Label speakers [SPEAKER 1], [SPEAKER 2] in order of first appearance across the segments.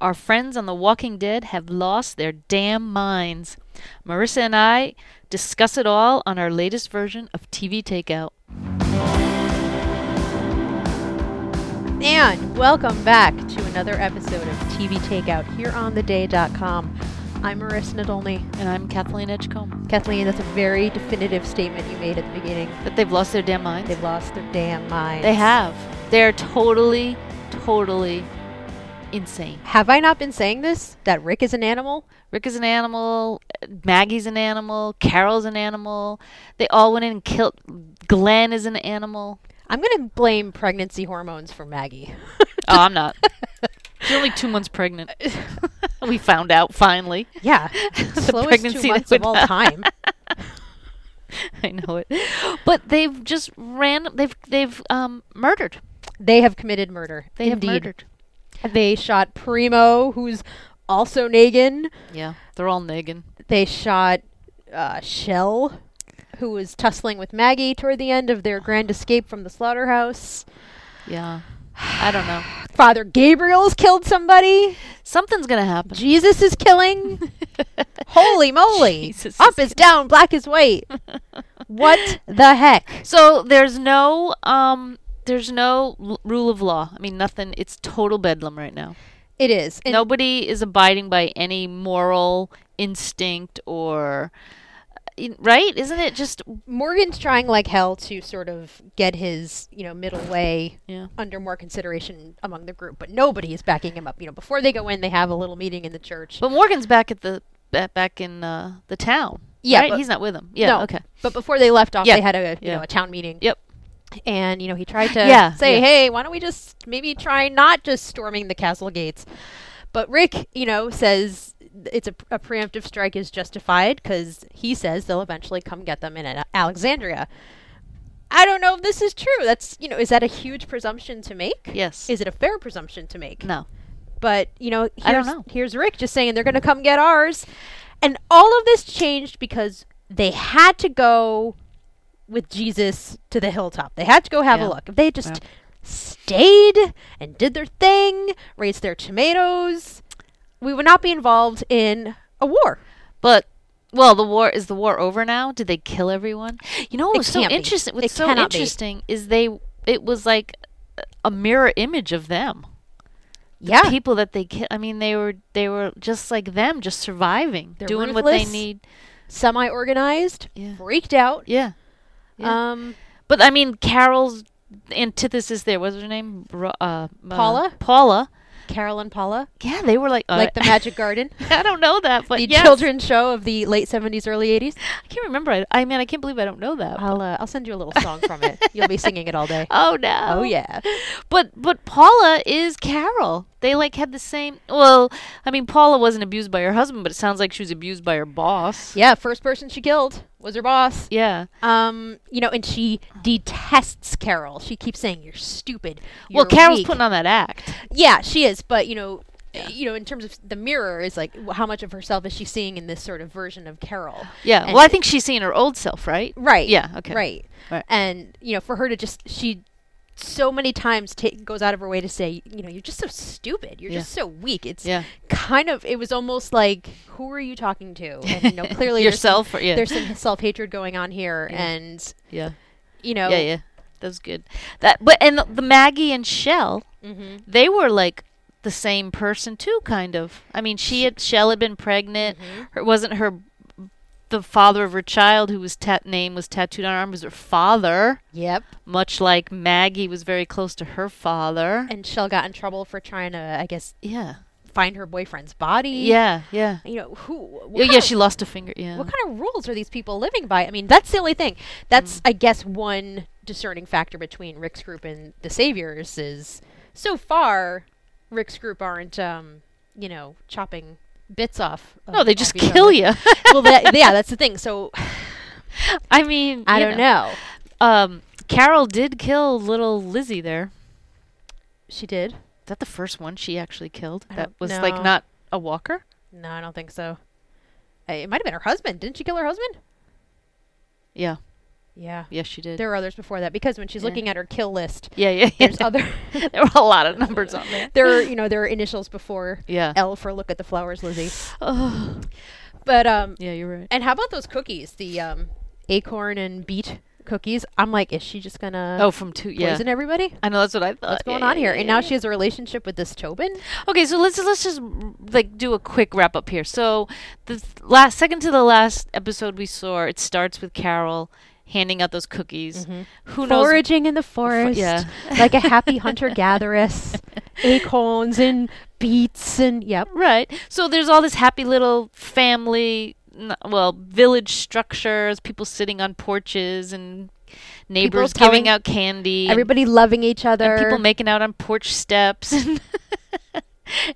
[SPEAKER 1] Our friends on The Walking Dead have lost their damn minds. Marissa and I discuss it all on our latest version of TV Takeout.
[SPEAKER 2] And welcome back to another episode of TV Takeout here on theday.com. I'm Marissa Nadolny.
[SPEAKER 1] And I'm Kathleen Edgecombe.
[SPEAKER 2] Kathleen, that's a very definitive statement you made at the beginning.
[SPEAKER 1] That they've lost their damn minds?
[SPEAKER 2] They've lost their damn minds.
[SPEAKER 1] They have. They're totally, totally insane.
[SPEAKER 2] Have I not been saying this? That Rick is an animal?
[SPEAKER 1] Rick is an animal. Maggie's an animal. Carol's an animal. They all went in and killed. Glenn is an animal.
[SPEAKER 2] I'm going to blame pregnancy hormones for Maggie.
[SPEAKER 1] Oh, I'm not. She's only two months pregnant. we found out finally.
[SPEAKER 2] yeah. Slowest
[SPEAKER 1] pregnancy
[SPEAKER 2] two months
[SPEAKER 1] that
[SPEAKER 2] of all
[SPEAKER 1] would-
[SPEAKER 2] time.
[SPEAKER 1] I know it. But they've just ran. They've they've um murdered.
[SPEAKER 2] They have committed murder.
[SPEAKER 1] They
[SPEAKER 2] Indeed.
[SPEAKER 1] have murdered.
[SPEAKER 2] They shot Primo, who's also Negan.
[SPEAKER 1] Yeah, they're all niggin.
[SPEAKER 2] They shot uh, Shell, who was tussling with Maggie toward the end of their grand escape from the slaughterhouse.
[SPEAKER 1] Yeah, I don't know.
[SPEAKER 2] Father Gabriel's killed somebody.
[SPEAKER 1] Something's gonna happen.
[SPEAKER 2] Jesus is killing. Holy moly.
[SPEAKER 1] Jesus
[SPEAKER 2] Up
[SPEAKER 1] is
[SPEAKER 2] is down, black is white. what the heck?
[SPEAKER 1] So there's no um there's no l- rule of law. I mean nothing. It's total bedlam right now.
[SPEAKER 2] It is. And
[SPEAKER 1] Nobody is abiding by any moral instinct or uh, in- right? Isn't it just
[SPEAKER 2] Morgan's trying like hell to sort of get his, you know, middle way
[SPEAKER 1] yeah?
[SPEAKER 2] under more consideration among the group, but nobody is backing him up. You know, before they go in, they have a little meeting in the church.
[SPEAKER 1] But Morgan's back at the ba- back in uh, the town.
[SPEAKER 2] Yeah,
[SPEAKER 1] right?
[SPEAKER 2] but-
[SPEAKER 1] he's not with them. Yeah,
[SPEAKER 2] No,
[SPEAKER 1] okay.
[SPEAKER 2] But before they left off,
[SPEAKER 1] Yeah.
[SPEAKER 2] they had a you
[SPEAKER 1] Yeah.
[SPEAKER 2] know a town meeting.
[SPEAKER 1] Yep.
[SPEAKER 2] And you know he tried to
[SPEAKER 1] Yeah,
[SPEAKER 2] say,
[SPEAKER 1] yeah.
[SPEAKER 2] hey, why don't we just maybe try not just storming the castle gates? But Rick, you know, says it's a, a preemptive strike is justified because he says they'll eventually come get them in A- Alexandria. I don't know if this is true. That's you know, is that a huge presumption to make?
[SPEAKER 1] Yes.
[SPEAKER 2] Is it a fair presumption to make?
[SPEAKER 1] No.
[SPEAKER 2] But you know, here's,
[SPEAKER 1] I don't know.
[SPEAKER 2] Here's Rick just saying they're going to come get ours, and all of this changed because they had to go with Jesus to the hilltop. They had to go have
[SPEAKER 1] Yeah.
[SPEAKER 2] a look. If they just stayed and did their thing, raised their tomatoes, we would not be involved in a war.
[SPEAKER 1] But well, the war is the war over now? Did they kill everyone? You know what
[SPEAKER 2] It
[SPEAKER 1] was so
[SPEAKER 2] can't be.
[SPEAKER 1] interesting?
[SPEAKER 2] It
[SPEAKER 1] What's so
[SPEAKER 2] cannot be.
[SPEAKER 1] interesting is they it was like a mirror image of them.
[SPEAKER 2] Yeah,
[SPEAKER 1] People that they ki- I mean they were they were just like them, just surviving,
[SPEAKER 2] They're
[SPEAKER 1] doing what they
[SPEAKER 2] ruthless.
[SPEAKER 1] need.
[SPEAKER 2] semi-organized,
[SPEAKER 1] Yeah.
[SPEAKER 2] freaked out.
[SPEAKER 1] Yeah. Yeah.
[SPEAKER 2] Um,
[SPEAKER 1] But I mean Carol's antithesis there what was her name Ro- uh, uh,
[SPEAKER 2] Paula?
[SPEAKER 1] Paula.
[SPEAKER 2] Carol and Paula,
[SPEAKER 1] Yeah, they were like uh,
[SPEAKER 2] like the Magic Garden,
[SPEAKER 1] I don't know that, but
[SPEAKER 2] the
[SPEAKER 1] yes.
[SPEAKER 2] children's show of the late '70s, early '80s.
[SPEAKER 1] I can't remember. I, I mean, I can't believe I don't know that.
[SPEAKER 2] I'll uh, I'll send you a little song from it. You'll be singing it all day.
[SPEAKER 1] Oh no.
[SPEAKER 2] Oh yeah.
[SPEAKER 1] But but Paula is Carol. They like had the same. Well, I mean, Paula wasn't abused by her husband, but it sounds like she was abused by her boss.
[SPEAKER 2] Yeah, first person she killed was her boss.
[SPEAKER 1] Yeah.
[SPEAKER 2] Um, you know, and she detests Carol. She keeps saying you're stupid.
[SPEAKER 1] well,
[SPEAKER 2] you're
[SPEAKER 1] Carol's
[SPEAKER 2] weak."
[SPEAKER 1] putting on that act.
[SPEAKER 2] Yeah, she is, but you know, eh, you know, in terms of the mirror is like wh- how much of herself is she seeing in this sort of version of Carol?
[SPEAKER 1] Yeah.
[SPEAKER 2] And-
[SPEAKER 1] well, I think she's seeing her old self, right?
[SPEAKER 2] Right.
[SPEAKER 1] Yeah, okay.
[SPEAKER 2] Right.
[SPEAKER 1] Right.
[SPEAKER 2] And you know, for her to just she so many times ta- goes out of her way to say, you know, you're just so stupid. You're
[SPEAKER 1] Yeah.
[SPEAKER 2] just so weak. It's
[SPEAKER 1] Yeah.
[SPEAKER 2] kind of it was almost like who are you talking to? And you know, clearly there's some-
[SPEAKER 1] yourself. Or, yeah.
[SPEAKER 2] there's some self hatred going on here, and
[SPEAKER 1] yeah.
[SPEAKER 2] you know,
[SPEAKER 1] Yeah. Yeah. That was good. That. But and the, the Maggie and Shell,
[SPEAKER 2] Mhm.
[SPEAKER 1] they were like the same person too, kind of. I mean, she had Shell had been pregnant.
[SPEAKER 2] Mm-hmm.
[SPEAKER 1] Her- It wasn't her. The father of her child, who was tat- name was tattooed on her arm, was her father.
[SPEAKER 2] yep.
[SPEAKER 1] much like Maggie was very close to her father.
[SPEAKER 2] And Shell got in trouble for trying to, I guess,
[SPEAKER 1] Yeah.
[SPEAKER 2] find her boyfriend's body.
[SPEAKER 1] Yeah, yeah.
[SPEAKER 2] you know who?
[SPEAKER 1] Yeah,
[SPEAKER 2] What
[SPEAKER 1] yeah,
[SPEAKER 2] kind
[SPEAKER 1] she
[SPEAKER 2] Of,
[SPEAKER 1] lost a finger. Yeah.
[SPEAKER 2] what kind of rules are these people living by? I mean, that's the only thing.
[SPEAKER 1] Mm.
[SPEAKER 2] That's, I guess, one discerning factor between Rick's group and the Saviors is so far, Rick's group aren't, um, you know, chopping bits off. of-
[SPEAKER 1] no, Oh, they just
[SPEAKER 2] of each
[SPEAKER 1] kill
[SPEAKER 2] other.
[SPEAKER 1] you.
[SPEAKER 2] well, that, yeah, that's the thing. So
[SPEAKER 1] I mean,
[SPEAKER 2] I
[SPEAKER 1] you
[SPEAKER 2] don't know.
[SPEAKER 1] Um, Carol did kill little Lizzie there.
[SPEAKER 2] She did.
[SPEAKER 1] Is that the first one she actually killed?
[SPEAKER 2] I
[SPEAKER 1] that
[SPEAKER 2] don't
[SPEAKER 1] was like
[SPEAKER 2] know.
[SPEAKER 1] not a walker?
[SPEAKER 2] No, I don't think so. Uh, It might have been her husband. Didn't she kill her husband?
[SPEAKER 1] Yeah.
[SPEAKER 2] Yeah.
[SPEAKER 1] Yes, she did.
[SPEAKER 2] There are others before that because when she's
[SPEAKER 1] Yeah.
[SPEAKER 2] looking at her kill list,
[SPEAKER 1] yeah, yeah, yeah.
[SPEAKER 2] there's other
[SPEAKER 1] there were a lot of numbers on there.
[SPEAKER 2] there are, you know, there are initials before
[SPEAKER 1] Yeah.
[SPEAKER 2] L for look at the flowers, Lizzie.
[SPEAKER 1] Oh,
[SPEAKER 2] But um
[SPEAKER 1] yeah, you're right.
[SPEAKER 2] and how about those cookies? The um acorn and beet cookies? I'm like, is she just gonna
[SPEAKER 1] Oh, from two. Yeah,
[SPEAKER 2] Uh, poison everybody?
[SPEAKER 1] I know that's what I thought.
[SPEAKER 2] What's going
[SPEAKER 1] Yeah,
[SPEAKER 2] on
[SPEAKER 1] yeah,
[SPEAKER 2] here?
[SPEAKER 1] yeah,
[SPEAKER 2] and now
[SPEAKER 1] yeah.
[SPEAKER 2] she has a relationship with this Tobin?
[SPEAKER 1] Okay, so let's let's just like do a quick wrap up here. So the th- last second to the last episode we saw, it starts with Carol handing out those cookies. Who knows?
[SPEAKER 2] Mm-hmm. Foraging in the forest.
[SPEAKER 1] yeah.
[SPEAKER 2] Like a happy hunter gatheress. Acorns and beets and yep.
[SPEAKER 1] Right. So there's all this happy little family, n- well, village structures, people sitting on porches and neighbors
[SPEAKER 2] People
[SPEAKER 1] giving
[SPEAKER 2] telling
[SPEAKER 1] out candy. and-
[SPEAKER 2] Everybody loving each other.
[SPEAKER 1] and people making out on porch steps and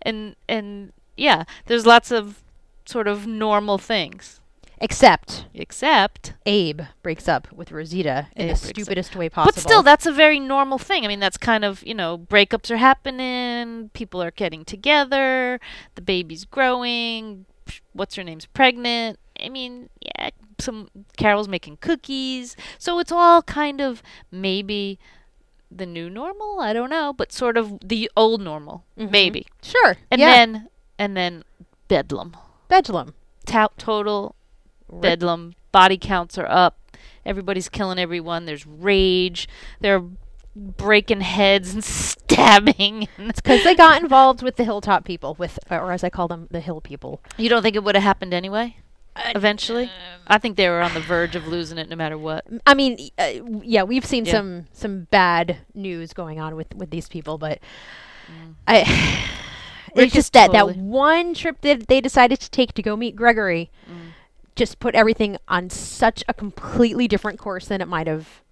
[SPEAKER 1] and and yeah, there's lots of sort of normal things.
[SPEAKER 2] except
[SPEAKER 1] Except
[SPEAKER 2] Abe breaks up with Rosita in
[SPEAKER 1] Abe
[SPEAKER 2] the
[SPEAKER 1] breaks up.
[SPEAKER 2] stupidest way possible.
[SPEAKER 1] But still, that's a very normal thing. I mean, that's kind of, you know, breakups are happening, people are getting together, the baby's growing, psh, what's her name's pregnant. I mean, yeah, some Carol's making cookies. So it's all kind of maybe the new normal, I don't know, but sort of the old normal,
[SPEAKER 2] Mhm.
[SPEAKER 1] maybe.
[SPEAKER 2] sure.
[SPEAKER 1] And
[SPEAKER 2] yeah.
[SPEAKER 1] then and then bedlam.
[SPEAKER 2] Bedlam.
[SPEAKER 1] Ta- total
[SPEAKER 2] Rip.
[SPEAKER 1] bedlam. Body counts are up. Everybody's killing everyone. There's rage. They're breaking heads and stabbing.
[SPEAKER 2] Because they got involved with the hilltop people, with or as I call them, the hill people.
[SPEAKER 1] you don't think it would have happened anyway? Eventually, I think they were on the verge of losing it, no matter what.
[SPEAKER 2] I mean, uh, w- yeah, we've seen
[SPEAKER 1] Yeah.
[SPEAKER 2] some some bad news going on with with these people, but I.
[SPEAKER 1] Rick
[SPEAKER 2] It's just
[SPEAKER 1] is
[SPEAKER 2] that that
[SPEAKER 1] Mm. totally-
[SPEAKER 2] one trip that they decided to take to go meet Gregory
[SPEAKER 1] Mm.
[SPEAKER 2] just put everything on such a completely different course than it might have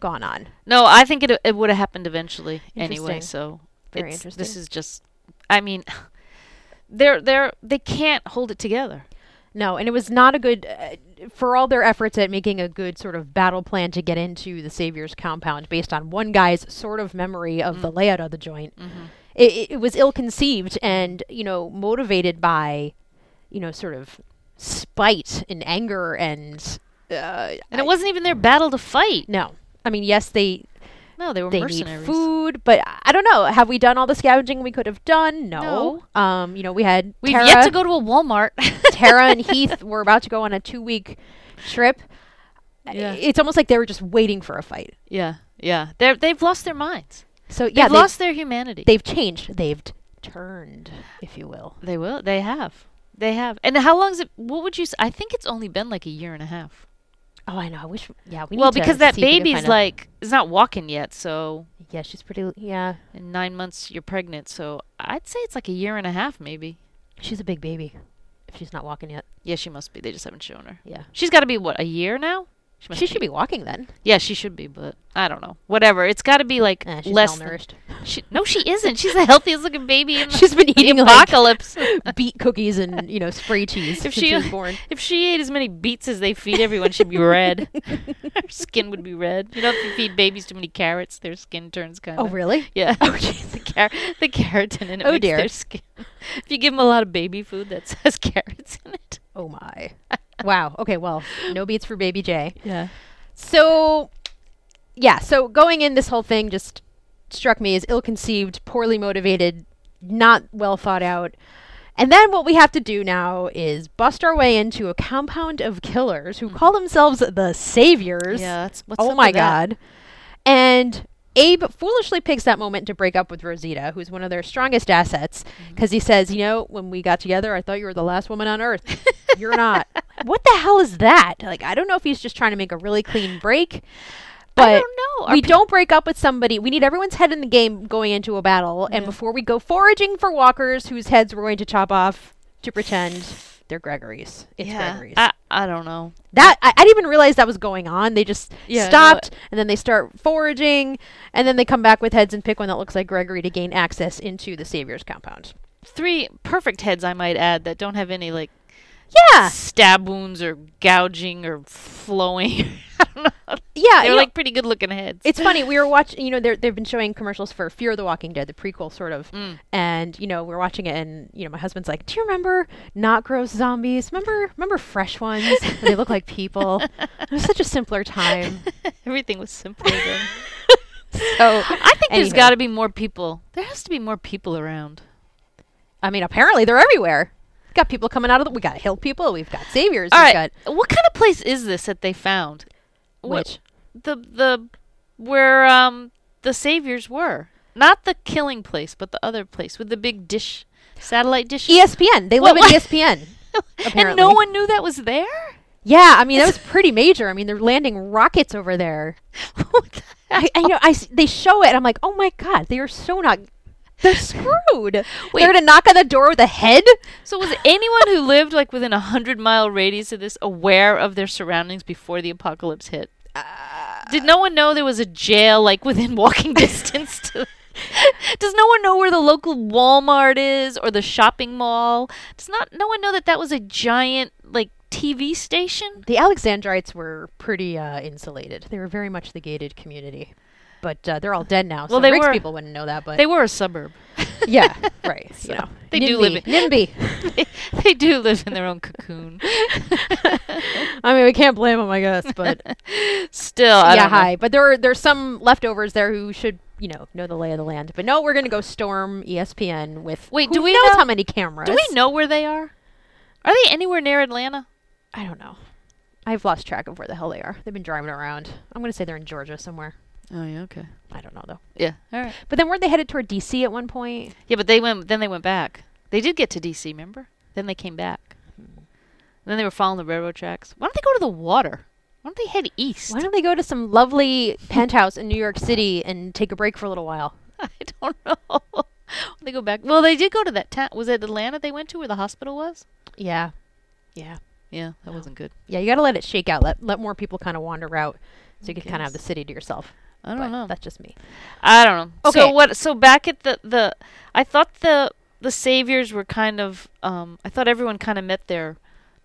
[SPEAKER 2] gone on.
[SPEAKER 1] No, I think it it would have happened eventually anyway.
[SPEAKER 2] Interesting.
[SPEAKER 1] So
[SPEAKER 2] Very
[SPEAKER 1] it's- This
[SPEAKER 2] interesting.
[SPEAKER 1] is just, I mean, they're they're they can't hold it together.
[SPEAKER 2] No, and it was not a good uh, for all their efforts at making a good sort of battle plan to get into the Savior's compound based on one guy's sort of memory of
[SPEAKER 1] Mm.
[SPEAKER 2] the layout of the joint. It- It, it was ill-conceived and you know motivated by you know sort of spite and anger and uh,
[SPEAKER 1] And it wasn't even their battle to fight.
[SPEAKER 2] no. I mean, yes, they
[SPEAKER 1] No, they were
[SPEAKER 2] they need
[SPEAKER 1] mercenaries.
[SPEAKER 2] food, but I- I don't know. Have we done all the scavenging we could have done? No. Um, you know, we had
[SPEAKER 1] We've
[SPEAKER 2] Tara.
[SPEAKER 1] yet to go to a Walmart.
[SPEAKER 2] Tara and Heath were about to go on a two week trip.
[SPEAKER 1] Yeah.
[SPEAKER 2] It's almost like they were just waiting for a fight.
[SPEAKER 1] Yeah, yeah. They're, they've lost their minds.
[SPEAKER 2] So
[SPEAKER 1] They've
[SPEAKER 2] yeah, they've,
[SPEAKER 1] lost their humanity.
[SPEAKER 2] they've changed. They've t- turned, if you will.
[SPEAKER 1] They will. They have. They have. And how long's it? What would you? s- I think it's only been like a year and a half.
[SPEAKER 2] Oh, I know. I wish. Yeah, we.
[SPEAKER 1] well,
[SPEAKER 2] need to
[SPEAKER 1] because that
[SPEAKER 2] see if we can
[SPEAKER 1] baby's
[SPEAKER 2] find out.
[SPEAKER 1] like is not walking yet. So
[SPEAKER 2] Yeah, she's pretty. Yeah,
[SPEAKER 1] in nine months you're pregnant. So I'd say it's like a year and a half maybe.
[SPEAKER 2] she's a big baby. If she's not walking yet.
[SPEAKER 1] Yeah, she must be. They just haven't shown her.
[SPEAKER 2] Yeah.
[SPEAKER 1] She's got to be what a year now. must
[SPEAKER 2] She should be walking then.
[SPEAKER 1] Yeah, she should be. But I don't know. Whatever. It's got to be like
[SPEAKER 2] Eh, she's
[SPEAKER 1] less. than-
[SPEAKER 2] malnourished.
[SPEAKER 1] She, no, she isn't. She's the healthiest looking baby in the,
[SPEAKER 2] She's been
[SPEAKER 1] the
[SPEAKER 2] eating like
[SPEAKER 1] apocalypse.
[SPEAKER 2] beet cookies and you know spray cheese
[SPEAKER 1] If
[SPEAKER 2] since
[SPEAKER 1] she-
[SPEAKER 2] she was born.
[SPEAKER 1] If she ate as many beets as they feed everyone, she'd be red. Her skin would be red. You know, if you feed babies too many carrots, their skin turns kind of.
[SPEAKER 2] Oh really?
[SPEAKER 1] Yeah.
[SPEAKER 2] Oh jeez.
[SPEAKER 1] The, car- the keratin in it
[SPEAKER 2] Oh,
[SPEAKER 1] makes
[SPEAKER 2] dear.
[SPEAKER 1] their skin. If you give them a lot of baby food that has carrots in it.
[SPEAKER 2] Oh my. Wow. Okay. Well, no beats for baby J.
[SPEAKER 1] Yeah.
[SPEAKER 2] So, yeah. So going in, this whole thing just struck me as ill-conceived, poorly motivated, not well thought out. And then what we have to do now is bust our way into a compound of killers who call themselves the Saviors.
[SPEAKER 1] Yeah. That's what's
[SPEAKER 2] oh
[SPEAKER 1] up
[SPEAKER 2] my
[SPEAKER 1] with that?
[SPEAKER 2] God. And Abe foolishly picks that moment to break up with Rosita, who's one of their strongest assets,
[SPEAKER 1] Mm-hmm.
[SPEAKER 2] because he says, You know, when we got together, I thought you were the last woman on earth. You're not. what the hell is that? Like, I don't know if he's just trying to make a really clean break. But
[SPEAKER 1] I don't know. Are
[SPEAKER 2] we
[SPEAKER 1] pe-
[SPEAKER 2] don't break up with somebody. We need everyone's head in the game going into a battle. And before we go foraging for walkers whose heads we're going to chop off to pretend they're Gregory's. It's
[SPEAKER 1] yeah.
[SPEAKER 2] Gregory's.
[SPEAKER 1] I, I don't know.
[SPEAKER 2] That I, I didn't even realize that was going on. They just
[SPEAKER 1] Yeah, no,
[SPEAKER 2] stopped, and then they start foraging, and then they come back with heads and pick one that looks like Gregory to gain access into the Savior's compound.
[SPEAKER 1] Three perfect heads, I might add, that don't have any like
[SPEAKER 2] Yeah,
[SPEAKER 1] stab wounds or gouging or flowing. I don't
[SPEAKER 2] yeah,
[SPEAKER 1] They're
[SPEAKER 2] you know,
[SPEAKER 1] like pretty good looking heads.
[SPEAKER 2] it's funny. We were watching, you know, they're- they've been showing commercials for Fear the Walking Dead, the prequel, sort of.
[SPEAKER 1] Mm.
[SPEAKER 2] And you know, we're watching it, and you know, my husband's like, "Do you remember not gross zombies? Remember, remember fresh ones? where they look like people. It was such a simpler time."
[SPEAKER 1] Everything was simpler then.
[SPEAKER 2] So
[SPEAKER 1] I think there's
[SPEAKER 2] anywho.
[SPEAKER 1] got to be more people. There has to be more people around.
[SPEAKER 2] I mean, apparently they're everywhere. We've got people coming out of the. We got hill people. We've got saviors.
[SPEAKER 1] All
[SPEAKER 2] we've
[SPEAKER 1] right.
[SPEAKER 2] got
[SPEAKER 1] What kind of place is this that they found? Wh-
[SPEAKER 2] which
[SPEAKER 1] the the where um the saviors were. Not the killing place, but the other place with the big dish satellite dish.
[SPEAKER 2] ESPN. They
[SPEAKER 1] What-
[SPEAKER 2] live
[SPEAKER 1] what?
[SPEAKER 2] in E ESPN.
[SPEAKER 1] and no
[SPEAKER 2] apparently.
[SPEAKER 1] one knew that was there?
[SPEAKER 2] Yeah, I mean that was pretty major. I mean they're landing rockets over there.
[SPEAKER 1] What the
[SPEAKER 2] I, I you know I s- they show it. and I'm like, oh my god, they are so not. They're screwed.
[SPEAKER 1] Wait.
[SPEAKER 2] They're gonna knock on the door with a head.
[SPEAKER 1] So was anyone who lived like within a hundred mile radius of this aware of their surroundings before the apocalypse hit? Did no one know there was a jail like within walking distance? To- Does no one know where the local Walmart is or the shopping mall? Does not no one know that that was a giant like TV station?
[SPEAKER 2] The Alexandrites were pretty uh, insulated. They were very much the gated community, but uh, they're all dead now.
[SPEAKER 1] Well,
[SPEAKER 2] so
[SPEAKER 1] they
[SPEAKER 2] Rick's
[SPEAKER 1] were-
[SPEAKER 2] people wouldn't know that. But
[SPEAKER 1] They were a suburb.
[SPEAKER 2] yeah, right. you know,
[SPEAKER 1] they do live
[SPEAKER 2] NIMBY, NIMBY.
[SPEAKER 1] they, they do live in their own cocoon.
[SPEAKER 2] I mean, we can't blame them, I guess. But
[SPEAKER 1] Still, Oh, I
[SPEAKER 2] yeah,
[SPEAKER 1] don't know.
[SPEAKER 2] hi. But there are there's some leftovers there who should you know know the lay of the land. But no, we're gonna go storm E ESPN with
[SPEAKER 1] Wait,
[SPEAKER 2] who
[SPEAKER 1] do we
[SPEAKER 2] knows
[SPEAKER 1] know-
[SPEAKER 2] how many cameras?
[SPEAKER 1] Do we know where they are? Are they anywhere near Atlanta?
[SPEAKER 2] I don't know. I've lost track of where the hell they are. They've been driving around. I'm gonna say they're in Georgia somewhere.
[SPEAKER 1] Oh yeah, okay.
[SPEAKER 2] I don't know though.
[SPEAKER 1] Yeah, all right.
[SPEAKER 2] But then weren't they headed toward DC at one point?
[SPEAKER 1] Yeah, but they went. Then they went back. They did get to D.C. Remember? Then they came back. And then they were following the railroad tracks. Why don't they go to the water? Why don't they head east?
[SPEAKER 2] Why don't they go to some lovely penthouse in New York City and take a break for a little while?
[SPEAKER 1] I don't know. they go back. Well, they did go to that town. Was it Atlanta they went to where the hospital was?
[SPEAKER 2] Yeah, yeah,
[SPEAKER 1] Yeah, that wasn't good.
[SPEAKER 2] yeah. You gotta let it shake out. Let let more people kind of wander out, so you can kind of have the city to yourself.
[SPEAKER 1] I don't
[SPEAKER 2] But
[SPEAKER 1] know.
[SPEAKER 2] That's just me.
[SPEAKER 1] I don't know. So
[SPEAKER 2] Okay.
[SPEAKER 1] what? So back at the the, I thought the the saviors were kind of. Um, I thought everyone kind of met their,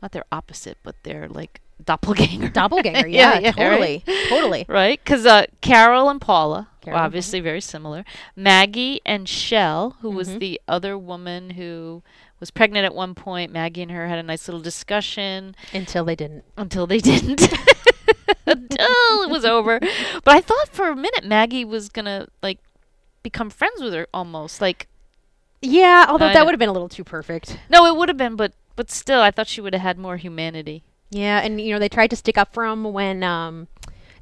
[SPEAKER 1] not their opposite, but their like doppelganger.
[SPEAKER 2] Doppelganger.
[SPEAKER 1] Yeah,
[SPEAKER 2] Yeah,
[SPEAKER 1] yeah,
[SPEAKER 2] totally, totally.
[SPEAKER 1] Right? Because uh, Carol and Paula, were
[SPEAKER 2] Carol mm-hmm. and
[SPEAKER 1] obviously very similar. Maggie and Shell, who
[SPEAKER 2] Mm-hmm.
[SPEAKER 1] was the other woman who was pregnant at one point. Maggie and her had a nice little discussion
[SPEAKER 2] Until they didn't.
[SPEAKER 1] until they didn't. until it was over. But I thought for a minute Maggie was going to, like, become friends with her almost. Like,
[SPEAKER 2] Yeah, although
[SPEAKER 1] I know.
[SPEAKER 2] that would have been a little too perfect.
[SPEAKER 1] no, it would have been, but but still, I thought she would have had more humanity.
[SPEAKER 2] Yeah, and you know they tried to stick up for him when um,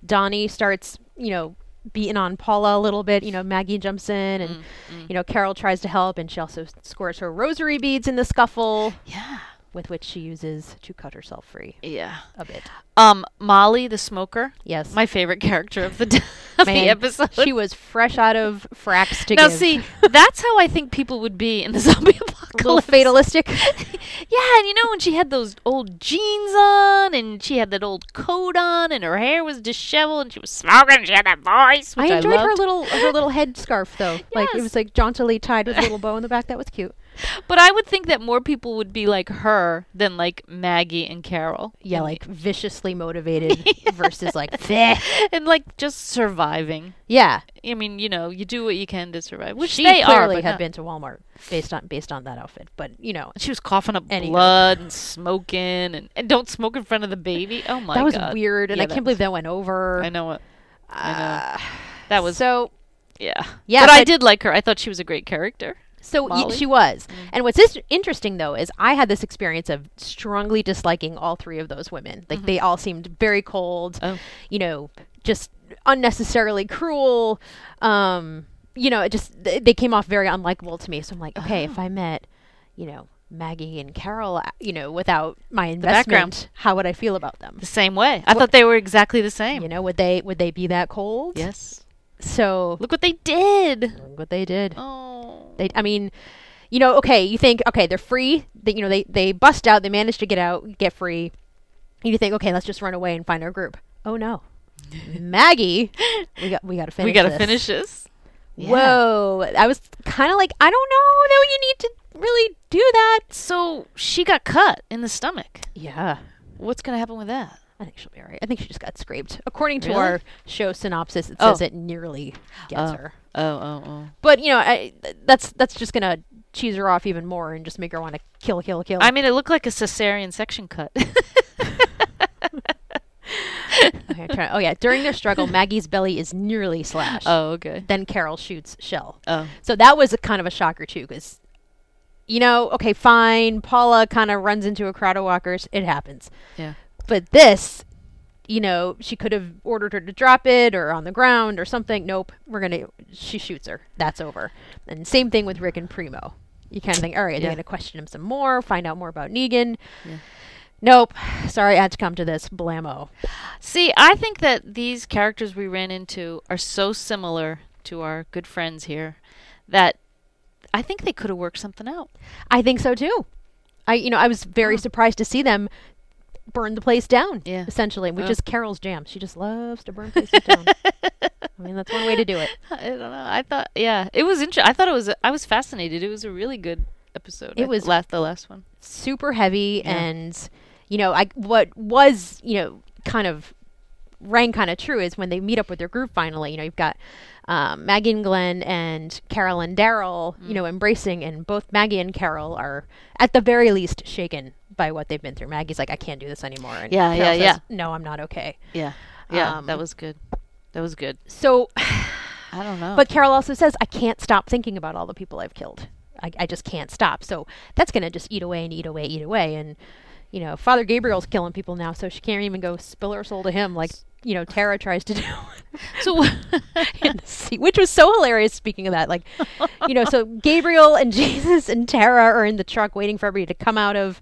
[SPEAKER 2] Donnie starts, you know, beating on Paula a little bit. You know, Maggie jumps in, and
[SPEAKER 1] Mm-hmm.
[SPEAKER 2] you know Carol tries to help, and she also s- scores her rosary beads in the scuffle,
[SPEAKER 1] Yeah.
[SPEAKER 2] with which she uses to cut herself free
[SPEAKER 1] Yeah.
[SPEAKER 2] a bit.
[SPEAKER 1] Um, Molly the smoker,
[SPEAKER 2] Yes,
[SPEAKER 1] my favorite character of the, of the
[SPEAKER 2] Man,
[SPEAKER 1] episode.
[SPEAKER 2] She was fresh out of fracks to
[SPEAKER 1] now
[SPEAKER 2] give.
[SPEAKER 1] see that's how i think people would be in the zombie
[SPEAKER 2] a little
[SPEAKER 1] apocalypse
[SPEAKER 2] fatalistic.
[SPEAKER 1] yeah and you know when she had those old jeans on and she had that old coat on and her hair was disheveled and she was smoking and she had that voice which
[SPEAKER 2] I
[SPEAKER 1] i,
[SPEAKER 2] enjoyed her
[SPEAKER 1] loved.
[SPEAKER 2] little her little headscarf though. Like it
[SPEAKER 1] Yes.
[SPEAKER 2] was like jauntily tied with a little bow in the back. That was cute.
[SPEAKER 1] but i would think that more people would be like her than like maggie and carol
[SPEAKER 2] Yeah,
[SPEAKER 1] And-
[SPEAKER 2] like viciously motivated versus like "Bleh."
[SPEAKER 1] and like just surviving
[SPEAKER 2] yeah.
[SPEAKER 1] i mean you know you do what you can to survive which
[SPEAKER 2] she
[SPEAKER 1] they are
[SPEAKER 2] clearly
[SPEAKER 1] but
[SPEAKER 2] had
[SPEAKER 1] not-
[SPEAKER 2] been to Walmart based on based on that outfit. But you know
[SPEAKER 1] she was coughing up
[SPEAKER 2] Anywho.
[SPEAKER 1] blood and smoking and, and don't smoke in front of the baby oh my
[SPEAKER 2] that was
[SPEAKER 1] God.
[SPEAKER 2] weird, and
[SPEAKER 1] Yeah,
[SPEAKER 2] I
[SPEAKER 1] that
[SPEAKER 2] can't
[SPEAKER 1] was-
[SPEAKER 2] believe that went over. Ah.
[SPEAKER 1] i know it I know. That was
[SPEAKER 2] so
[SPEAKER 1] yeah.
[SPEAKER 2] Yeah,
[SPEAKER 1] but, I
[SPEAKER 2] but-
[SPEAKER 1] did like her. I thought she was a great character.
[SPEAKER 2] so. y-
[SPEAKER 1] Molly? Mm-hmm.
[SPEAKER 2] she was, and what's is- interesting though is I had this experience of strongly disliking all three of those women.
[SPEAKER 1] Mm-hmm.
[SPEAKER 2] Like they all seemed very cold.
[SPEAKER 1] Oh.
[SPEAKER 2] You know, just unnecessarily cruel. Um, you know, it just th- they came off very unlikable to me. So I'm like, okay,
[SPEAKER 1] Oh.
[SPEAKER 2] if I met, you know. Maggie and Carol, uh, you know, without my
[SPEAKER 1] background.
[SPEAKER 2] investment, how would I feel about them?
[SPEAKER 1] The same way. I thought they were exactly the same.
[SPEAKER 2] You know, would they would they be that cold?
[SPEAKER 1] Yes.
[SPEAKER 2] So
[SPEAKER 1] Look what they did.
[SPEAKER 2] look what they did.
[SPEAKER 1] Oh.
[SPEAKER 2] They I mean, you know, okay, you think okay, they're free. That you know, they they bust out, they manage to get out, get free. And you think, okay, let's just run away and find our group. Oh no. Maggie, we got we got to finish.
[SPEAKER 1] we got to
[SPEAKER 2] this.
[SPEAKER 1] finish this. Yeah.
[SPEAKER 2] Whoa. I was kind of like, I don't know though you need to really do that.
[SPEAKER 1] So she got cut in the stomach.
[SPEAKER 2] Yeah.
[SPEAKER 1] What's going to happen with that?
[SPEAKER 2] I think she'll be all right. I think she just got scraped. According to
[SPEAKER 1] Really?
[SPEAKER 2] our show synopsis, it
[SPEAKER 1] Oh.
[SPEAKER 2] says it nearly gets
[SPEAKER 1] Oh.
[SPEAKER 2] her.
[SPEAKER 1] Oh, oh, oh.
[SPEAKER 2] But you know, I, th- that's that's just gonna cheese her off even more and just make her want to kill, kill, kill.
[SPEAKER 1] I mean, it looked like a cesarean section cut.
[SPEAKER 2] Okay, I'm trying- oh yeah, during their struggle, Maggie's belly is nearly slashed.
[SPEAKER 1] oh, okay.
[SPEAKER 2] Then Carol shoots Shell.
[SPEAKER 1] Oh,
[SPEAKER 2] So that was a kind of a shocker too, because you know, okay, fine. Paula kind of runs into a crowd of walkers. It happens.
[SPEAKER 1] yeah.
[SPEAKER 2] But this, you know, she could have ordered her to drop it or on the ground or something. Nope. We're going to, she shoots her. That's over. And same thing with Rick and Primo. You kind of think, all right, they're
[SPEAKER 1] Yeah.
[SPEAKER 2] going to question him some more, find out more about Negan.
[SPEAKER 1] Yeah.
[SPEAKER 2] Nope. Sorry, I had to come to this. Blammo.
[SPEAKER 1] See, I think that these characters we ran into are so similar to our good friends here that I think they could have worked something out.
[SPEAKER 2] I think so too. I, you know, I was very surprised to see them burn the place down.
[SPEAKER 1] Yeah.
[SPEAKER 2] Essentially, which
[SPEAKER 1] Oh.
[SPEAKER 2] is Carol's jam. She just loves to burn places down. I mean, that's one way to do it.
[SPEAKER 1] I don't know. I thought, yeah, it was interesting. I thought it was. I was fascinated. It was a really good episode.
[SPEAKER 2] It
[SPEAKER 1] I-
[SPEAKER 2] was-
[SPEAKER 1] last the last one.
[SPEAKER 2] super heavy
[SPEAKER 1] Yeah.
[SPEAKER 2] and you know i what was you know kind of rang kind of true is when they meet up with their group finally you know you've got um, maggie and glenn and carol and daryl you
[SPEAKER 1] Mm.
[SPEAKER 2] know embracing and both maggie and carol are at the very least shaken by what they've been through maggie's like i can't do this anymore and
[SPEAKER 1] Yeah,
[SPEAKER 2] Carol
[SPEAKER 1] yeah,
[SPEAKER 2] says, no i'm not okay
[SPEAKER 1] Yeah, yeah,
[SPEAKER 2] Um,
[SPEAKER 1] that was good. That was good.
[SPEAKER 2] so
[SPEAKER 1] I don't know.
[SPEAKER 2] but carol also says i can't stop thinking about all the people i've killed i, I just can't stop so that's going to just eat away and eat away eat away and you know father gabriel's killing people now so she can't even go spill her soul to him like you know tara tries to do
[SPEAKER 1] so
[SPEAKER 2] in the sea, which was so hilarious speaking of that like you know so gabriel and jesus and tara are in the truck waiting for everybody to come out of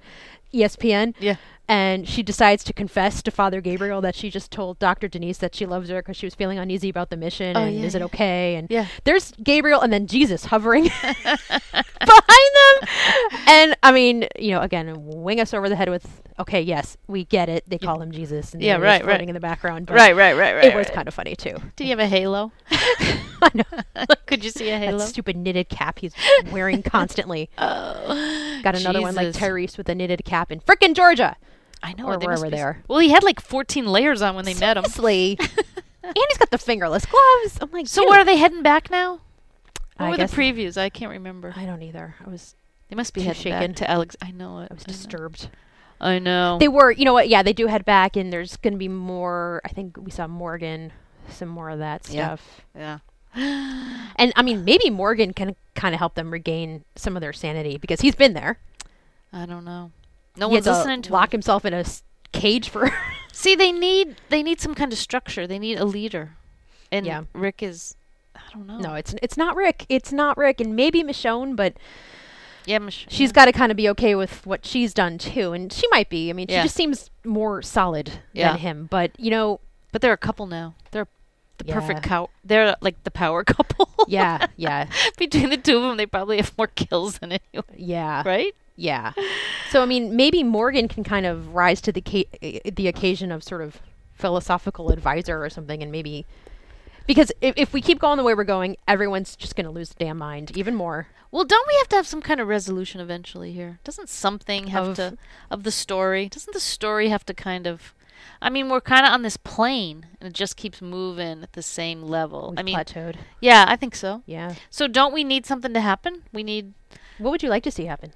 [SPEAKER 2] E espn
[SPEAKER 1] yeah,
[SPEAKER 2] and she decides to confess to Father Gabriel that she just told Dr. Denise that she loves her because she was feeling uneasy about the mission
[SPEAKER 1] Oh,
[SPEAKER 2] and
[SPEAKER 1] yeah,
[SPEAKER 2] is it
[SPEAKER 1] yeah.
[SPEAKER 2] okay? And
[SPEAKER 1] Yeah.
[SPEAKER 2] there's Gabriel and then Jesus hovering behind them. And I mean, you know, again, wing us over the head with, okay, yes, we get it. They call him Jesus. And
[SPEAKER 1] Yeah,
[SPEAKER 2] there he is
[SPEAKER 1] right, right.
[SPEAKER 2] floating in the background. But
[SPEAKER 1] right, right, right, right.
[SPEAKER 2] It was
[SPEAKER 1] right.
[SPEAKER 2] kind of funny too.
[SPEAKER 1] Did he have a halo?
[SPEAKER 2] I know.
[SPEAKER 1] Could you see a
[SPEAKER 2] That
[SPEAKER 1] halo?
[SPEAKER 2] stupid knitted cap he's wearing constantly.
[SPEAKER 1] oh,
[SPEAKER 2] Got another one like
[SPEAKER 1] Jesus.
[SPEAKER 2] Tyrese with a knitted cap in frickin' Georgia.
[SPEAKER 1] I know.
[SPEAKER 2] or
[SPEAKER 1] they must
[SPEAKER 2] wherever
[SPEAKER 1] be
[SPEAKER 2] they
[SPEAKER 1] s-
[SPEAKER 2] are.
[SPEAKER 1] Well, he had like 14 layers on when they met him.
[SPEAKER 2] Seriously. and he's got the fingerless gloves. I'm like,
[SPEAKER 1] So
[SPEAKER 2] dude.
[SPEAKER 1] where are they heading back now? What
[SPEAKER 2] I
[SPEAKER 1] were
[SPEAKER 2] guess-
[SPEAKER 1] the previews? I can't remember.
[SPEAKER 2] I don't either. I was
[SPEAKER 1] They must be
[SPEAKER 2] too
[SPEAKER 1] heading
[SPEAKER 2] shaken.
[SPEAKER 1] back to Alex. I know it.
[SPEAKER 2] I was
[SPEAKER 1] know.
[SPEAKER 2] disturbed.
[SPEAKER 1] I know.
[SPEAKER 2] They were, you know what? Yeah, they do head back, and there's going to be more. I think we saw Morgan, some more of that
[SPEAKER 1] Yeah.
[SPEAKER 2] stuff.
[SPEAKER 1] yeah.
[SPEAKER 2] And I mean, maybe Morgan can kind of help them regain some of their sanity because he's been there.
[SPEAKER 1] I don't know. No
[SPEAKER 2] he had
[SPEAKER 1] one's listening to
[SPEAKER 2] lock
[SPEAKER 1] him.
[SPEAKER 2] himself in a s- cage for.
[SPEAKER 1] See, they need they need some kind of structure. They need a leader. And
[SPEAKER 2] Yeah.
[SPEAKER 1] Rick is I don't know.
[SPEAKER 2] no, it's it's not Rick. It's not Rick, and maybe Michonne, but
[SPEAKER 1] Yeah, Mich-
[SPEAKER 2] she's got to kind of be okay with what she's done too, and she might be. I mean,
[SPEAKER 1] Yeah.
[SPEAKER 2] she just seems more solid
[SPEAKER 1] Yeah.
[SPEAKER 2] than him. But you know,
[SPEAKER 1] but they're a couple now. They're the perfect
[SPEAKER 2] Yeah.
[SPEAKER 1] cow. They're like the power couple.
[SPEAKER 2] yeah, yeah,
[SPEAKER 1] Between the two of them, they probably have more kills than anyone,
[SPEAKER 2] yeah.
[SPEAKER 1] right?
[SPEAKER 2] Yeah. So I mean, maybe Morgan can kind of rise to the ca- eh, the occasion of sort of philosophical advisor or something, and maybe because if, if we keep going the way we're going, everyone's just going to lose their damn mind even more.
[SPEAKER 1] Well, don't we have to have some kind of resolution eventually here? Doesn't something have
[SPEAKER 2] Of-
[SPEAKER 1] to of the story? Doesn't the story have to kind of I mean, we're kind of on this plane and it just keeps moving at the same level.
[SPEAKER 2] We've
[SPEAKER 1] I mean,
[SPEAKER 2] plateaued.
[SPEAKER 1] yeah, I think so.
[SPEAKER 2] Yeah.
[SPEAKER 1] So don't we need something to happen? We need
[SPEAKER 2] What would you like to see happen?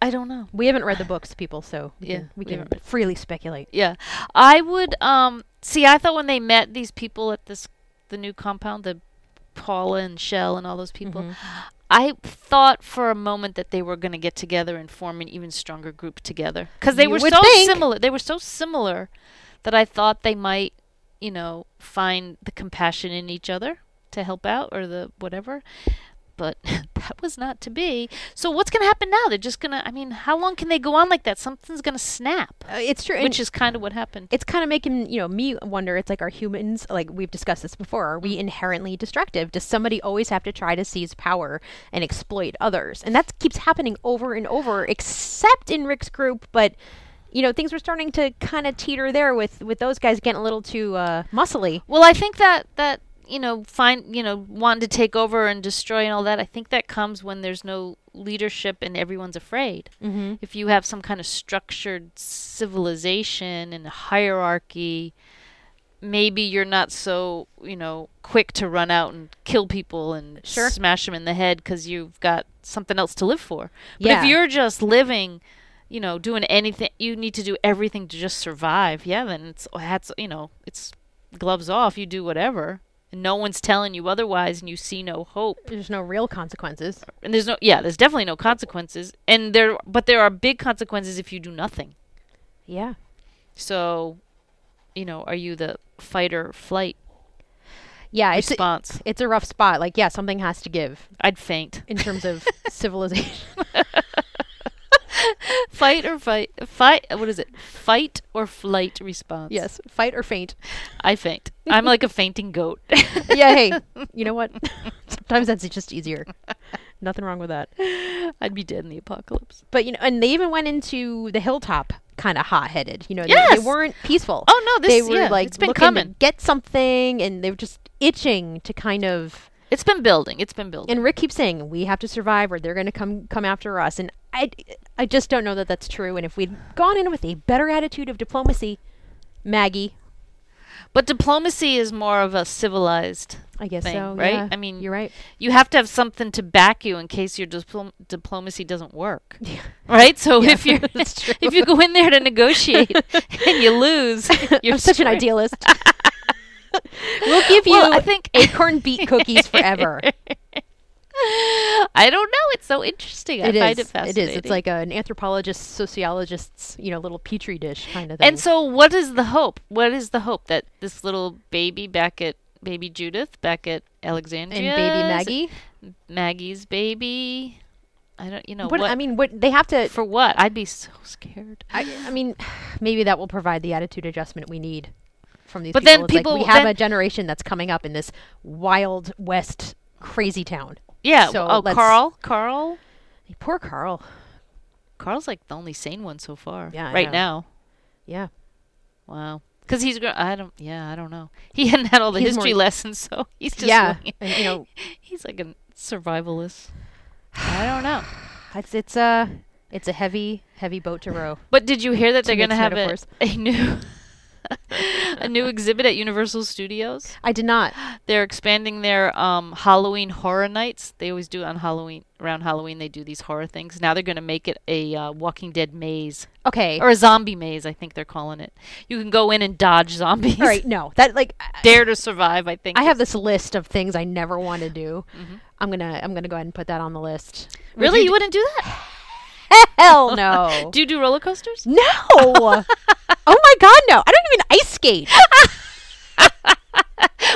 [SPEAKER 1] I don't know.
[SPEAKER 2] We haven't read the books, people, so we
[SPEAKER 1] Yeah,
[SPEAKER 2] can, we
[SPEAKER 1] we
[SPEAKER 2] can
[SPEAKER 1] haven't read-
[SPEAKER 2] freely speculate.
[SPEAKER 1] Yeah. I would um see I thought when they met these people at this the new compound, the Paula and Shell and all those people,
[SPEAKER 2] Mm-hmm.
[SPEAKER 1] I thought for a moment that they were going to get together and form an even stronger group together cuz they
[SPEAKER 2] You
[SPEAKER 1] were
[SPEAKER 2] would
[SPEAKER 1] so
[SPEAKER 2] think.
[SPEAKER 1] similar. They were so similar that I thought they might, you know, find the compassion in each other to help out or the whatever. But that was not to be. So what's going to happen now? They're just going to I mean, how long can they go on like that? Something's going to snap
[SPEAKER 2] Uh, it's true.
[SPEAKER 1] which is kind of what happened.
[SPEAKER 2] it's kind of making you know me wonder it's like are humans like we've discussed this before are we inherently destructive does somebody always have to try to seize power and exploit others and that keeps happening over and over except in rick's group but you know things were starting to kind of teeter there with with those guys getting a little too uh muscly
[SPEAKER 1] Well, I think that that you know, find you know, wanting to take over and destroy and all that. I think that comes when there's no leadership and everyone's afraid.
[SPEAKER 2] Mm-hmm.
[SPEAKER 1] If you have some kind of structured civilization and hierarchy, maybe you're not so, you know, quick to run out and kill people and
[SPEAKER 2] Sure.
[SPEAKER 1] smash them in the head because you've got something else to live for. But
[SPEAKER 2] Yeah.
[SPEAKER 1] if you're just living, you know, doing anything, you need to do everything to just survive. Yeah, then it's hats, you know, it's gloves off. You do whatever. And no one's telling you otherwise, and you see no hope
[SPEAKER 2] There's no real consequences.
[SPEAKER 1] and there's no yeah there's definitely no consequences and there but there are big consequences if you do nothing
[SPEAKER 2] Yeah.
[SPEAKER 1] so you know are you the fight or flight
[SPEAKER 2] Yeah, it's a,
[SPEAKER 1] response
[SPEAKER 2] it's a rough spot. Like, yeah, something has to give
[SPEAKER 1] i'd faint
[SPEAKER 2] in terms of civilization.
[SPEAKER 1] fight or fight fight what is it fight or flight response
[SPEAKER 2] yes, fight or faint.
[SPEAKER 1] i faint i'm like a fainting goat
[SPEAKER 2] yeah, hey, you know what? Sometimes that's just easier. Nothing wrong with that.
[SPEAKER 1] i'd be dead in the apocalypse
[SPEAKER 2] But you know, and they even went into the hilltop kind of hot-headed. You know, they- they,
[SPEAKER 1] Yes!
[SPEAKER 2] weren't peaceful.
[SPEAKER 1] Oh, no, this-
[SPEAKER 2] they were
[SPEAKER 1] yeah,
[SPEAKER 2] like
[SPEAKER 1] it's been
[SPEAKER 2] looking to
[SPEAKER 1] coming.
[SPEAKER 2] get something, and they were just itching to kind of.
[SPEAKER 1] it's been building it's been building
[SPEAKER 2] And Rick keeps saying, "We have to survive, or they're going to come come after us." And I, I just don't know that that's true. And if we'd gone in with a better attitude of diplomacy, Maggie,
[SPEAKER 1] but diplomacy is more of a civilized
[SPEAKER 2] I guess
[SPEAKER 1] Thing,
[SPEAKER 2] so.
[SPEAKER 1] right?
[SPEAKER 2] yeah.
[SPEAKER 1] I mean,
[SPEAKER 2] you're right.
[SPEAKER 1] you have to have something to back you in case your diplom- diplomacy doesn't work right so
[SPEAKER 2] Yeah,
[SPEAKER 1] if you
[SPEAKER 2] that's true.
[SPEAKER 1] if you go in there to negotiate and you lose you're
[SPEAKER 2] I'm such an
[SPEAKER 1] screwed.
[SPEAKER 2] idealist. we'll give you
[SPEAKER 1] Well, I think-
[SPEAKER 2] acorn beet cookies forever.
[SPEAKER 1] i don't know it's so interesting i
[SPEAKER 2] It is.
[SPEAKER 1] find it fascinating
[SPEAKER 2] It is. It's like an anthropologist, sociologist's, you know, little petri dish kind of thing.
[SPEAKER 1] and so what is the hope what is the hope that this little baby back at baby judith back at
[SPEAKER 2] and
[SPEAKER 1] alexandria
[SPEAKER 2] baby Maggie.
[SPEAKER 1] maggie's baby i don't you know
[SPEAKER 2] What,
[SPEAKER 1] what,
[SPEAKER 2] I mean, what they have to.
[SPEAKER 1] for what i'd be so scared
[SPEAKER 2] I, I mean, maybe that will provide the attitude adjustment we need from these.
[SPEAKER 1] But
[SPEAKER 2] people.
[SPEAKER 1] then
[SPEAKER 2] It's like
[SPEAKER 1] people-
[SPEAKER 2] we have
[SPEAKER 1] then-
[SPEAKER 2] a generation that's coming up in this wild west crazy town.
[SPEAKER 1] yeah
[SPEAKER 2] So
[SPEAKER 1] oh
[SPEAKER 2] let's-
[SPEAKER 1] carl carl
[SPEAKER 2] Poor Carl.
[SPEAKER 1] Carl's like the only sane one so far.
[SPEAKER 2] Yeah, I
[SPEAKER 1] right
[SPEAKER 2] know.
[SPEAKER 1] now.
[SPEAKER 2] Yeah.
[SPEAKER 1] Wow. Because he's grown. I don't. Yeah, I don't know. He hadn't had all the
[SPEAKER 2] He's more-
[SPEAKER 1] history lessons, so he's just.
[SPEAKER 2] yeah.
[SPEAKER 1] like-
[SPEAKER 2] And, you know,
[SPEAKER 1] he's like a survivalist. I don't know.
[SPEAKER 2] it's it's a it's a heavy heavy boat to row.
[SPEAKER 1] But did you hear that
[SPEAKER 2] To
[SPEAKER 1] they're going to
[SPEAKER 2] mix
[SPEAKER 1] have a,
[SPEAKER 2] metaphors.
[SPEAKER 1] a new a new exhibit at Universal Studios?
[SPEAKER 2] I did not.
[SPEAKER 1] They're expanding their um, Halloween horror nights. They always do on Halloween around Halloween. They do these horror things. Now they're going to make it a uh, Walking Dead maze
[SPEAKER 2] Okay.
[SPEAKER 1] or a zombie maze. I think they're calling it. You can go in and dodge zombies.
[SPEAKER 2] All right. No, that like I-
[SPEAKER 1] Dare to Survive, I think.
[SPEAKER 2] I have
[SPEAKER 1] is-
[SPEAKER 2] this list of things I never want to do.
[SPEAKER 1] Mm-hmm.
[SPEAKER 2] I'm gonna I'm gonna go ahead and put that on the list. Would
[SPEAKER 1] Really? You,
[SPEAKER 2] do-
[SPEAKER 1] wouldn't do that?
[SPEAKER 2] Hell no.
[SPEAKER 1] Do you do roller coasters?
[SPEAKER 2] no. oh my god, no. I don't even ice skate.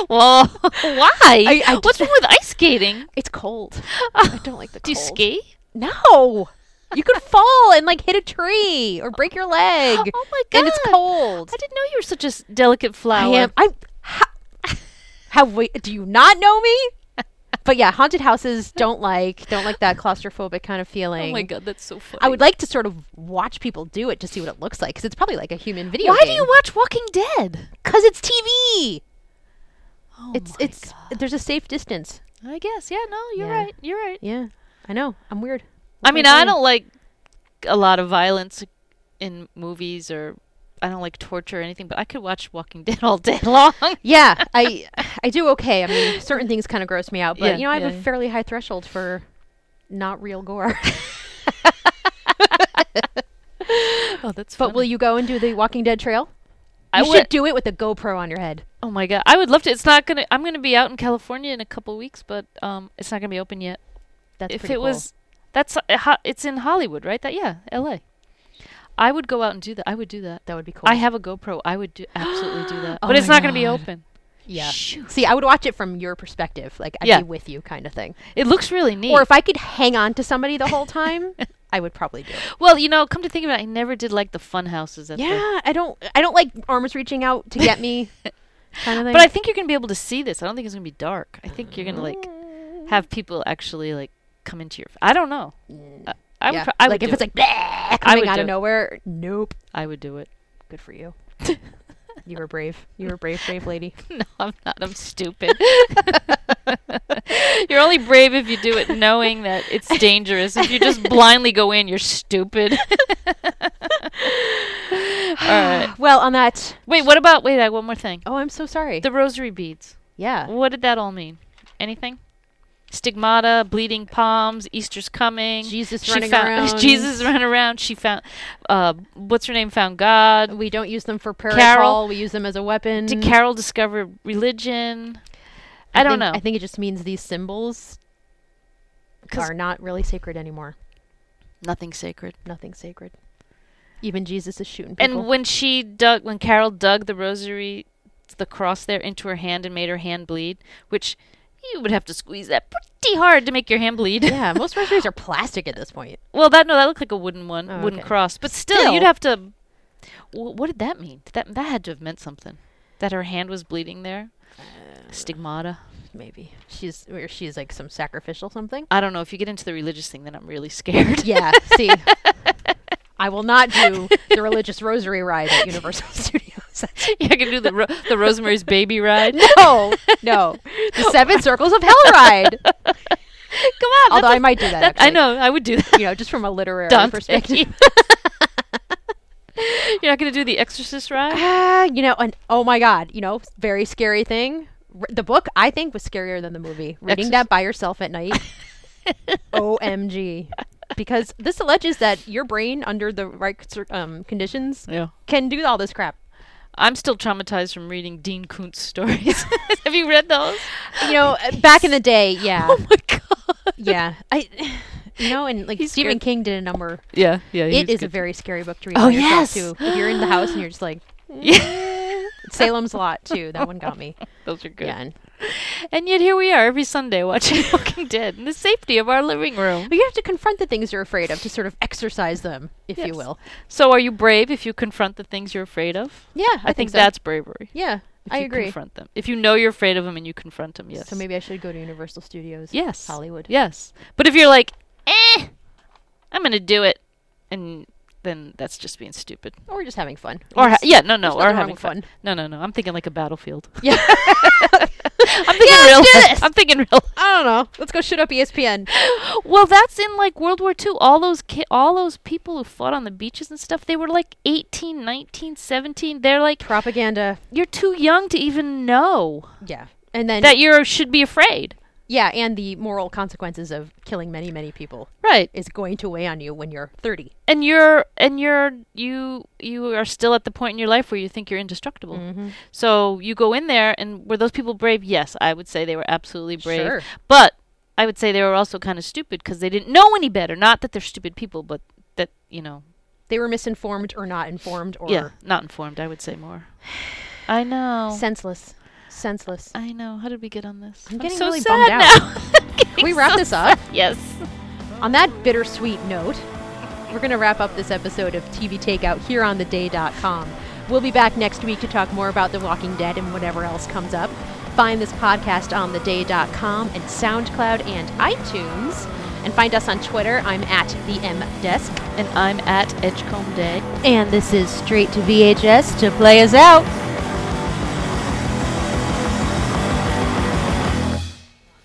[SPEAKER 1] Well, why?
[SPEAKER 2] I- I
[SPEAKER 1] What's wrong with ice skating?
[SPEAKER 2] It's cold. I don't like the
[SPEAKER 1] Do you
[SPEAKER 2] cold.
[SPEAKER 1] ski?
[SPEAKER 2] No. You could fall and like hit a tree or break your leg.
[SPEAKER 1] Oh my
[SPEAKER 2] And it's
[SPEAKER 1] God.
[SPEAKER 2] cold.
[SPEAKER 1] I didn't know you were such a s- delicate
[SPEAKER 2] I
[SPEAKER 1] flower.
[SPEAKER 2] am. Oh I'm. How, how wait, do you not know me? But yeah, haunted houses don't like don't like that claustrophobic kind of feeling.
[SPEAKER 1] Oh my god, that's so funny.
[SPEAKER 2] I would like to sort of watch people do it to see what it looks like because it's probably like a human video.
[SPEAKER 1] Why do you watch Walking Dead?
[SPEAKER 2] Because it's TV.
[SPEAKER 1] Oh
[SPEAKER 2] it's
[SPEAKER 1] my
[SPEAKER 2] it's there's a safe distance.
[SPEAKER 1] God. I guess. Yeah. No, you're
[SPEAKER 2] Yeah.
[SPEAKER 1] right. You're right.
[SPEAKER 2] Yeah, I know. I'm weird.
[SPEAKER 1] I
[SPEAKER 2] What
[SPEAKER 1] mean,
[SPEAKER 2] can
[SPEAKER 1] I
[SPEAKER 2] do?
[SPEAKER 1] don't like a lot of violence in movies, or I don't like torture or anything. But I could watch Walking Dead all day long.
[SPEAKER 2] Yeah, I I do okay. I mean, certain things kind of gross me out, but
[SPEAKER 1] Yeah,
[SPEAKER 2] you know, I have
[SPEAKER 1] yeah,
[SPEAKER 2] a
[SPEAKER 1] yeah.
[SPEAKER 2] fairly high threshold for not real gore.
[SPEAKER 1] oh, that's.
[SPEAKER 2] but will you go and do the Walking Dead trail?
[SPEAKER 1] I
[SPEAKER 2] you
[SPEAKER 1] would-
[SPEAKER 2] should do it with a GoPro on your head.
[SPEAKER 1] Oh my god, I would love to. It's not gonna. I'm gonna be out in California in a couple weeks, but um, it's not gonna be open yet.
[SPEAKER 2] That's
[SPEAKER 1] if
[SPEAKER 2] pretty
[SPEAKER 1] it
[SPEAKER 2] cool.
[SPEAKER 1] was, that's uh, ho- it's in Hollywood, right? That yeah, L.A. I would go out and do that. I would do that.
[SPEAKER 2] that would be cool.
[SPEAKER 1] I have a GoPro. I would do absolutely do that.
[SPEAKER 2] Oh
[SPEAKER 1] but it's
[SPEAKER 2] my
[SPEAKER 1] not gonna be
[SPEAKER 2] God.
[SPEAKER 1] open.
[SPEAKER 2] yeah.
[SPEAKER 1] Shoot.
[SPEAKER 2] See, I would watch it from your perspective, like I'd
[SPEAKER 1] Yeah.
[SPEAKER 2] be with you, kind of thing.
[SPEAKER 1] It looks really neat.
[SPEAKER 2] Or if I could hang on to somebody the whole time, I would probably do it.
[SPEAKER 1] well, you know, come to think of it, I never did like the fun houses at the-
[SPEAKER 2] Yeah, I don't. I don't like arms reaching out to get me. kind of thing.
[SPEAKER 1] But I think you're gonna be able to see this. I don't think it's gonna be dark. I think you're gonna like have people actually like come into your. I don't know. I, I would.
[SPEAKER 2] Mm. Yeah.
[SPEAKER 1] Pro- I
[SPEAKER 2] like
[SPEAKER 1] would
[SPEAKER 2] if
[SPEAKER 1] do
[SPEAKER 2] it's
[SPEAKER 1] it.
[SPEAKER 2] like "Bleh," coming
[SPEAKER 1] would
[SPEAKER 2] out
[SPEAKER 1] do
[SPEAKER 2] of
[SPEAKER 1] it.
[SPEAKER 2] nowhere. Nope.
[SPEAKER 1] I would do it.
[SPEAKER 2] Good for you. you were brave. You were brave, brave lady.
[SPEAKER 1] No, I'm not. I'm stupid. You're only brave if you do it knowing that it's dangerous. If you just blindly go in, you're stupid. All right.
[SPEAKER 2] Well, on that.
[SPEAKER 1] Wait, what about wait, I one more thing.
[SPEAKER 2] Oh, I'm so sorry.
[SPEAKER 1] The rosary beads.
[SPEAKER 2] yeah.
[SPEAKER 1] What did that all mean? Anything? Stigmata, bleeding palms, Easter's coming.
[SPEAKER 2] Jesus
[SPEAKER 1] She
[SPEAKER 2] running
[SPEAKER 1] found,
[SPEAKER 2] around.
[SPEAKER 1] Jesus running around. She found, uh, what's her name? Found God.
[SPEAKER 2] We don't use them for prayer at
[SPEAKER 1] Carol.
[SPEAKER 2] all. We use them as a weapon.
[SPEAKER 1] Did Carol discover religion? I, don't
[SPEAKER 2] think-
[SPEAKER 1] know.
[SPEAKER 2] I think it just means these symbols
[SPEAKER 1] 'Cause-
[SPEAKER 2] are not really sacred anymore.
[SPEAKER 1] Nothing sacred.
[SPEAKER 2] Nothing sacred. Even Jesus is shooting people.
[SPEAKER 1] And when she dug, when Carol dug the rosary, the cross there into her hand and made her hand bleed, which you would have to squeeze that pretty hard to make your hand bleed.
[SPEAKER 2] yeah, most rosaries are plastic at this point.
[SPEAKER 1] well, that no, that looked like a wooden one,
[SPEAKER 2] Oh,
[SPEAKER 1] wooden
[SPEAKER 2] okay.
[SPEAKER 1] cross. But still,
[SPEAKER 2] Still.
[SPEAKER 1] you'd have to. Wh- what did that mean? Did That that had to have meant something. That her hand was bleeding there.
[SPEAKER 2] Uh,
[SPEAKER 1] Stigmata.
[SPEAKER 2] Maybe she's or she's like some sacrificial something.
[SPEAKER 1] I don't know. If you get into the religious thing, then I'm really scared.
[SPEAKER 2] Yeah. see, I will not do the religious rosary ride at Universal Studios.
[SPEAKER 1] you can do the ro- the Rosemary's Baby ride.
[SPEAKER 2] no, no, the Seven Circles of Hell ride.
[SPEAKER 1] Come on.
[SPEAKER 2] Although
[SPEAKER 1] that's
[SPEAKER 2] I might do
[SPEAKER 1] a-
[SPEAKER 2] that.
[SPEAKER 1] that- I
[SPEAKER 2] actually.
[SPEAKER 1] know. I would do that.
[SPEAKER 2] You know, just from a literary
[SPEAKER 1] Dante.
[SPEAKER 2] perspective.
[SPEAKER 1] You're not going to do the Exorcist ride?
[SPEAKER 2] Ah, you know, and oh my god, you know, very scary thing. R- the book I think was scarier than the movie. Reading
[SPEAKER 1] Exorcist-
[SPEAKER 2] that by yourself at night. Oh. OMG. Because this alleges that your brain under the right cir- um, conditions
[SPEAKER 1] Yeah.
[SPEAKER 2] can do all this crap.
[SPEAKER 1] I'm still traumatized from reading Dean Koontz stories. Have you read those?
[SPEAKER 2] You know, uh, back in the day, yeah.
[SPEAKER 1] Oh my god.
[SPEAKER 2] yeah. I you know, and like
[SPEAKER 1] He's
[SPEAKER 2] Stephen
[SPEAKER 1] scared.
[SPEAKER 2] King did a number.
[SPEAKER 1] Yeah, yeah.
[SPEAKER 2] it is a very scary book to read
[SPEAKER 1] Oh,
[SPEAKER 2] by yourself
[SPEAKER 1] yes.
[SPEAKER 2] too. If you're in the house and you're just like
[SPEAKER 1] Yeah.
[SPEAKER 2] Salem's Lot too. That one got me.
[SPEAKER 1] Those are good.
[SPEAKER 2] Yeah. And
[SPEAKER 1] And yet here we are every Sunday watching Walking Dead in the safety of our living room.
[SPEAKER 2] But you have to confront the things you're afraid of to sort of exercise them, if you
[SPEAKER 1] Yes.
[SPEAKER 2] will.
[SPEAKER 1] So are you brave if you confront the things you're afraid of?
[SPEAKER 2] Yeah,
[SPEAKER 1] I, think, that's bravery.
[SPEAKER 2] yeah.
[SPEAKER 1] If
[SPEAKER 2] I
[SPEAKER 1] you
[SPEAKER 2] agree.
[SPEAKER 1] Confront them. If you know you're afraid of them and you confront them, yes.
[SPEAKER 2] So maybe I should go to Universal Studios.
[SPEAKER 1] Yes.
[SPEAKER 2] Hollywood.
[SPEAKER 1] Yes. But if you're like, eh, I'm going to do it, and then that's just being stupid.
[SPEAKER 2] Or just having fun.
[SPEAKER 1] Or ha-
[SPEAKER 2] It's-
[SPEAKER 1] yeah, no,
[SPEAKER 2] there's
[SPEAKER 1] no,
[SPEAKER 2] nothing
[SPEAKER 1] or
[SPEAKER 2] wrong
[SPEAKER 1] having
[SPEAKER 2] with
[SPEAKER 1] fun.
[SPEAKER 2] fun.
[SPEAKER 1] No, no, no. I'm thinking like a battlefield.
[SPEAKER 2] Yeah.
[SPEAKER 1] I'm thinking
[SPEAKER 2] Yeah,
[SPEAKER 1] real.
[SPEAKER 2] let's do
[SPEAKER 1] life.
[SPEAKER 2] this.
[SPEAKER 1] I'm thinking real. life.
[SPEAKER 2] I don't know. Let's go shoot up E ESPN.
[SPEAKER 1] Well, that's in like World War II. All those ki- all those people who fought on the beaches and stuff, they were like 18, 19, 17. They're like,
[SPEAKER 2] Propaganda.
[SPEAKER 1] you're too young to even know
[SPEAKER 2] Yeah. And then
[SPEAKER 1] that you should be afraid.
[SPEAKER 2] yeah, and the moral consequences of killing many, many people
[SPEAKER 1] Right.
[SPEAKER 2] is going to weigh on you when you're 30.
[SPEAKER 1] and you're and you're you you are still at the point in your life where you think you're indestructible.
[SPEAKER 2] Mm-hmm.
[SPEAKER 1] So you go in there, and were those people brave? Yes, I would say they were absolutely brave.
[SPEAKER 2] Sure.
[SPEAKER 1] But I would say they were also kind of stupid because they didn't know any better. Not that they're stupid people, but that you know,
[SPEAKER 2] They were misinformed or not informed or
[SPEAKER 1] yeah, not informed. I would say more. I know.
[SPEAKER 2] senseless. Senseless.
[SPEAKER 1] I know. How did we get on this?
[SPEAKER 2] I'm getting
[SPEAKER 1] so
[SPEAKER 2] really
[SPEAKER 1] sad
[SPEAKER 2] bummed
[SPEAKER 1] now.
[SPEAKER 2] out.
[SPEAKER 1] I'm getting
[SPEAKER 2] Can we wrap
[SPEAKER 1] so
[SPEAKER 2] this up?
[SPEAKER 1] sad. Yes.
[SPEAKER 2] On that bittersweet note, we're going to wrap up this episode of TV Takeout here on theday.com. We'll be back next week to talk more about The Walking Dead and whatever else comes up. Find this podcast on theday.com and SoundCloud and iTunes. And find us on Twitter. I'm at the M Desk.
[SPEAKER 1] And I'm at Edgecombe Day.
[SPEAKER 2] And this is Straight to VHS to play us out.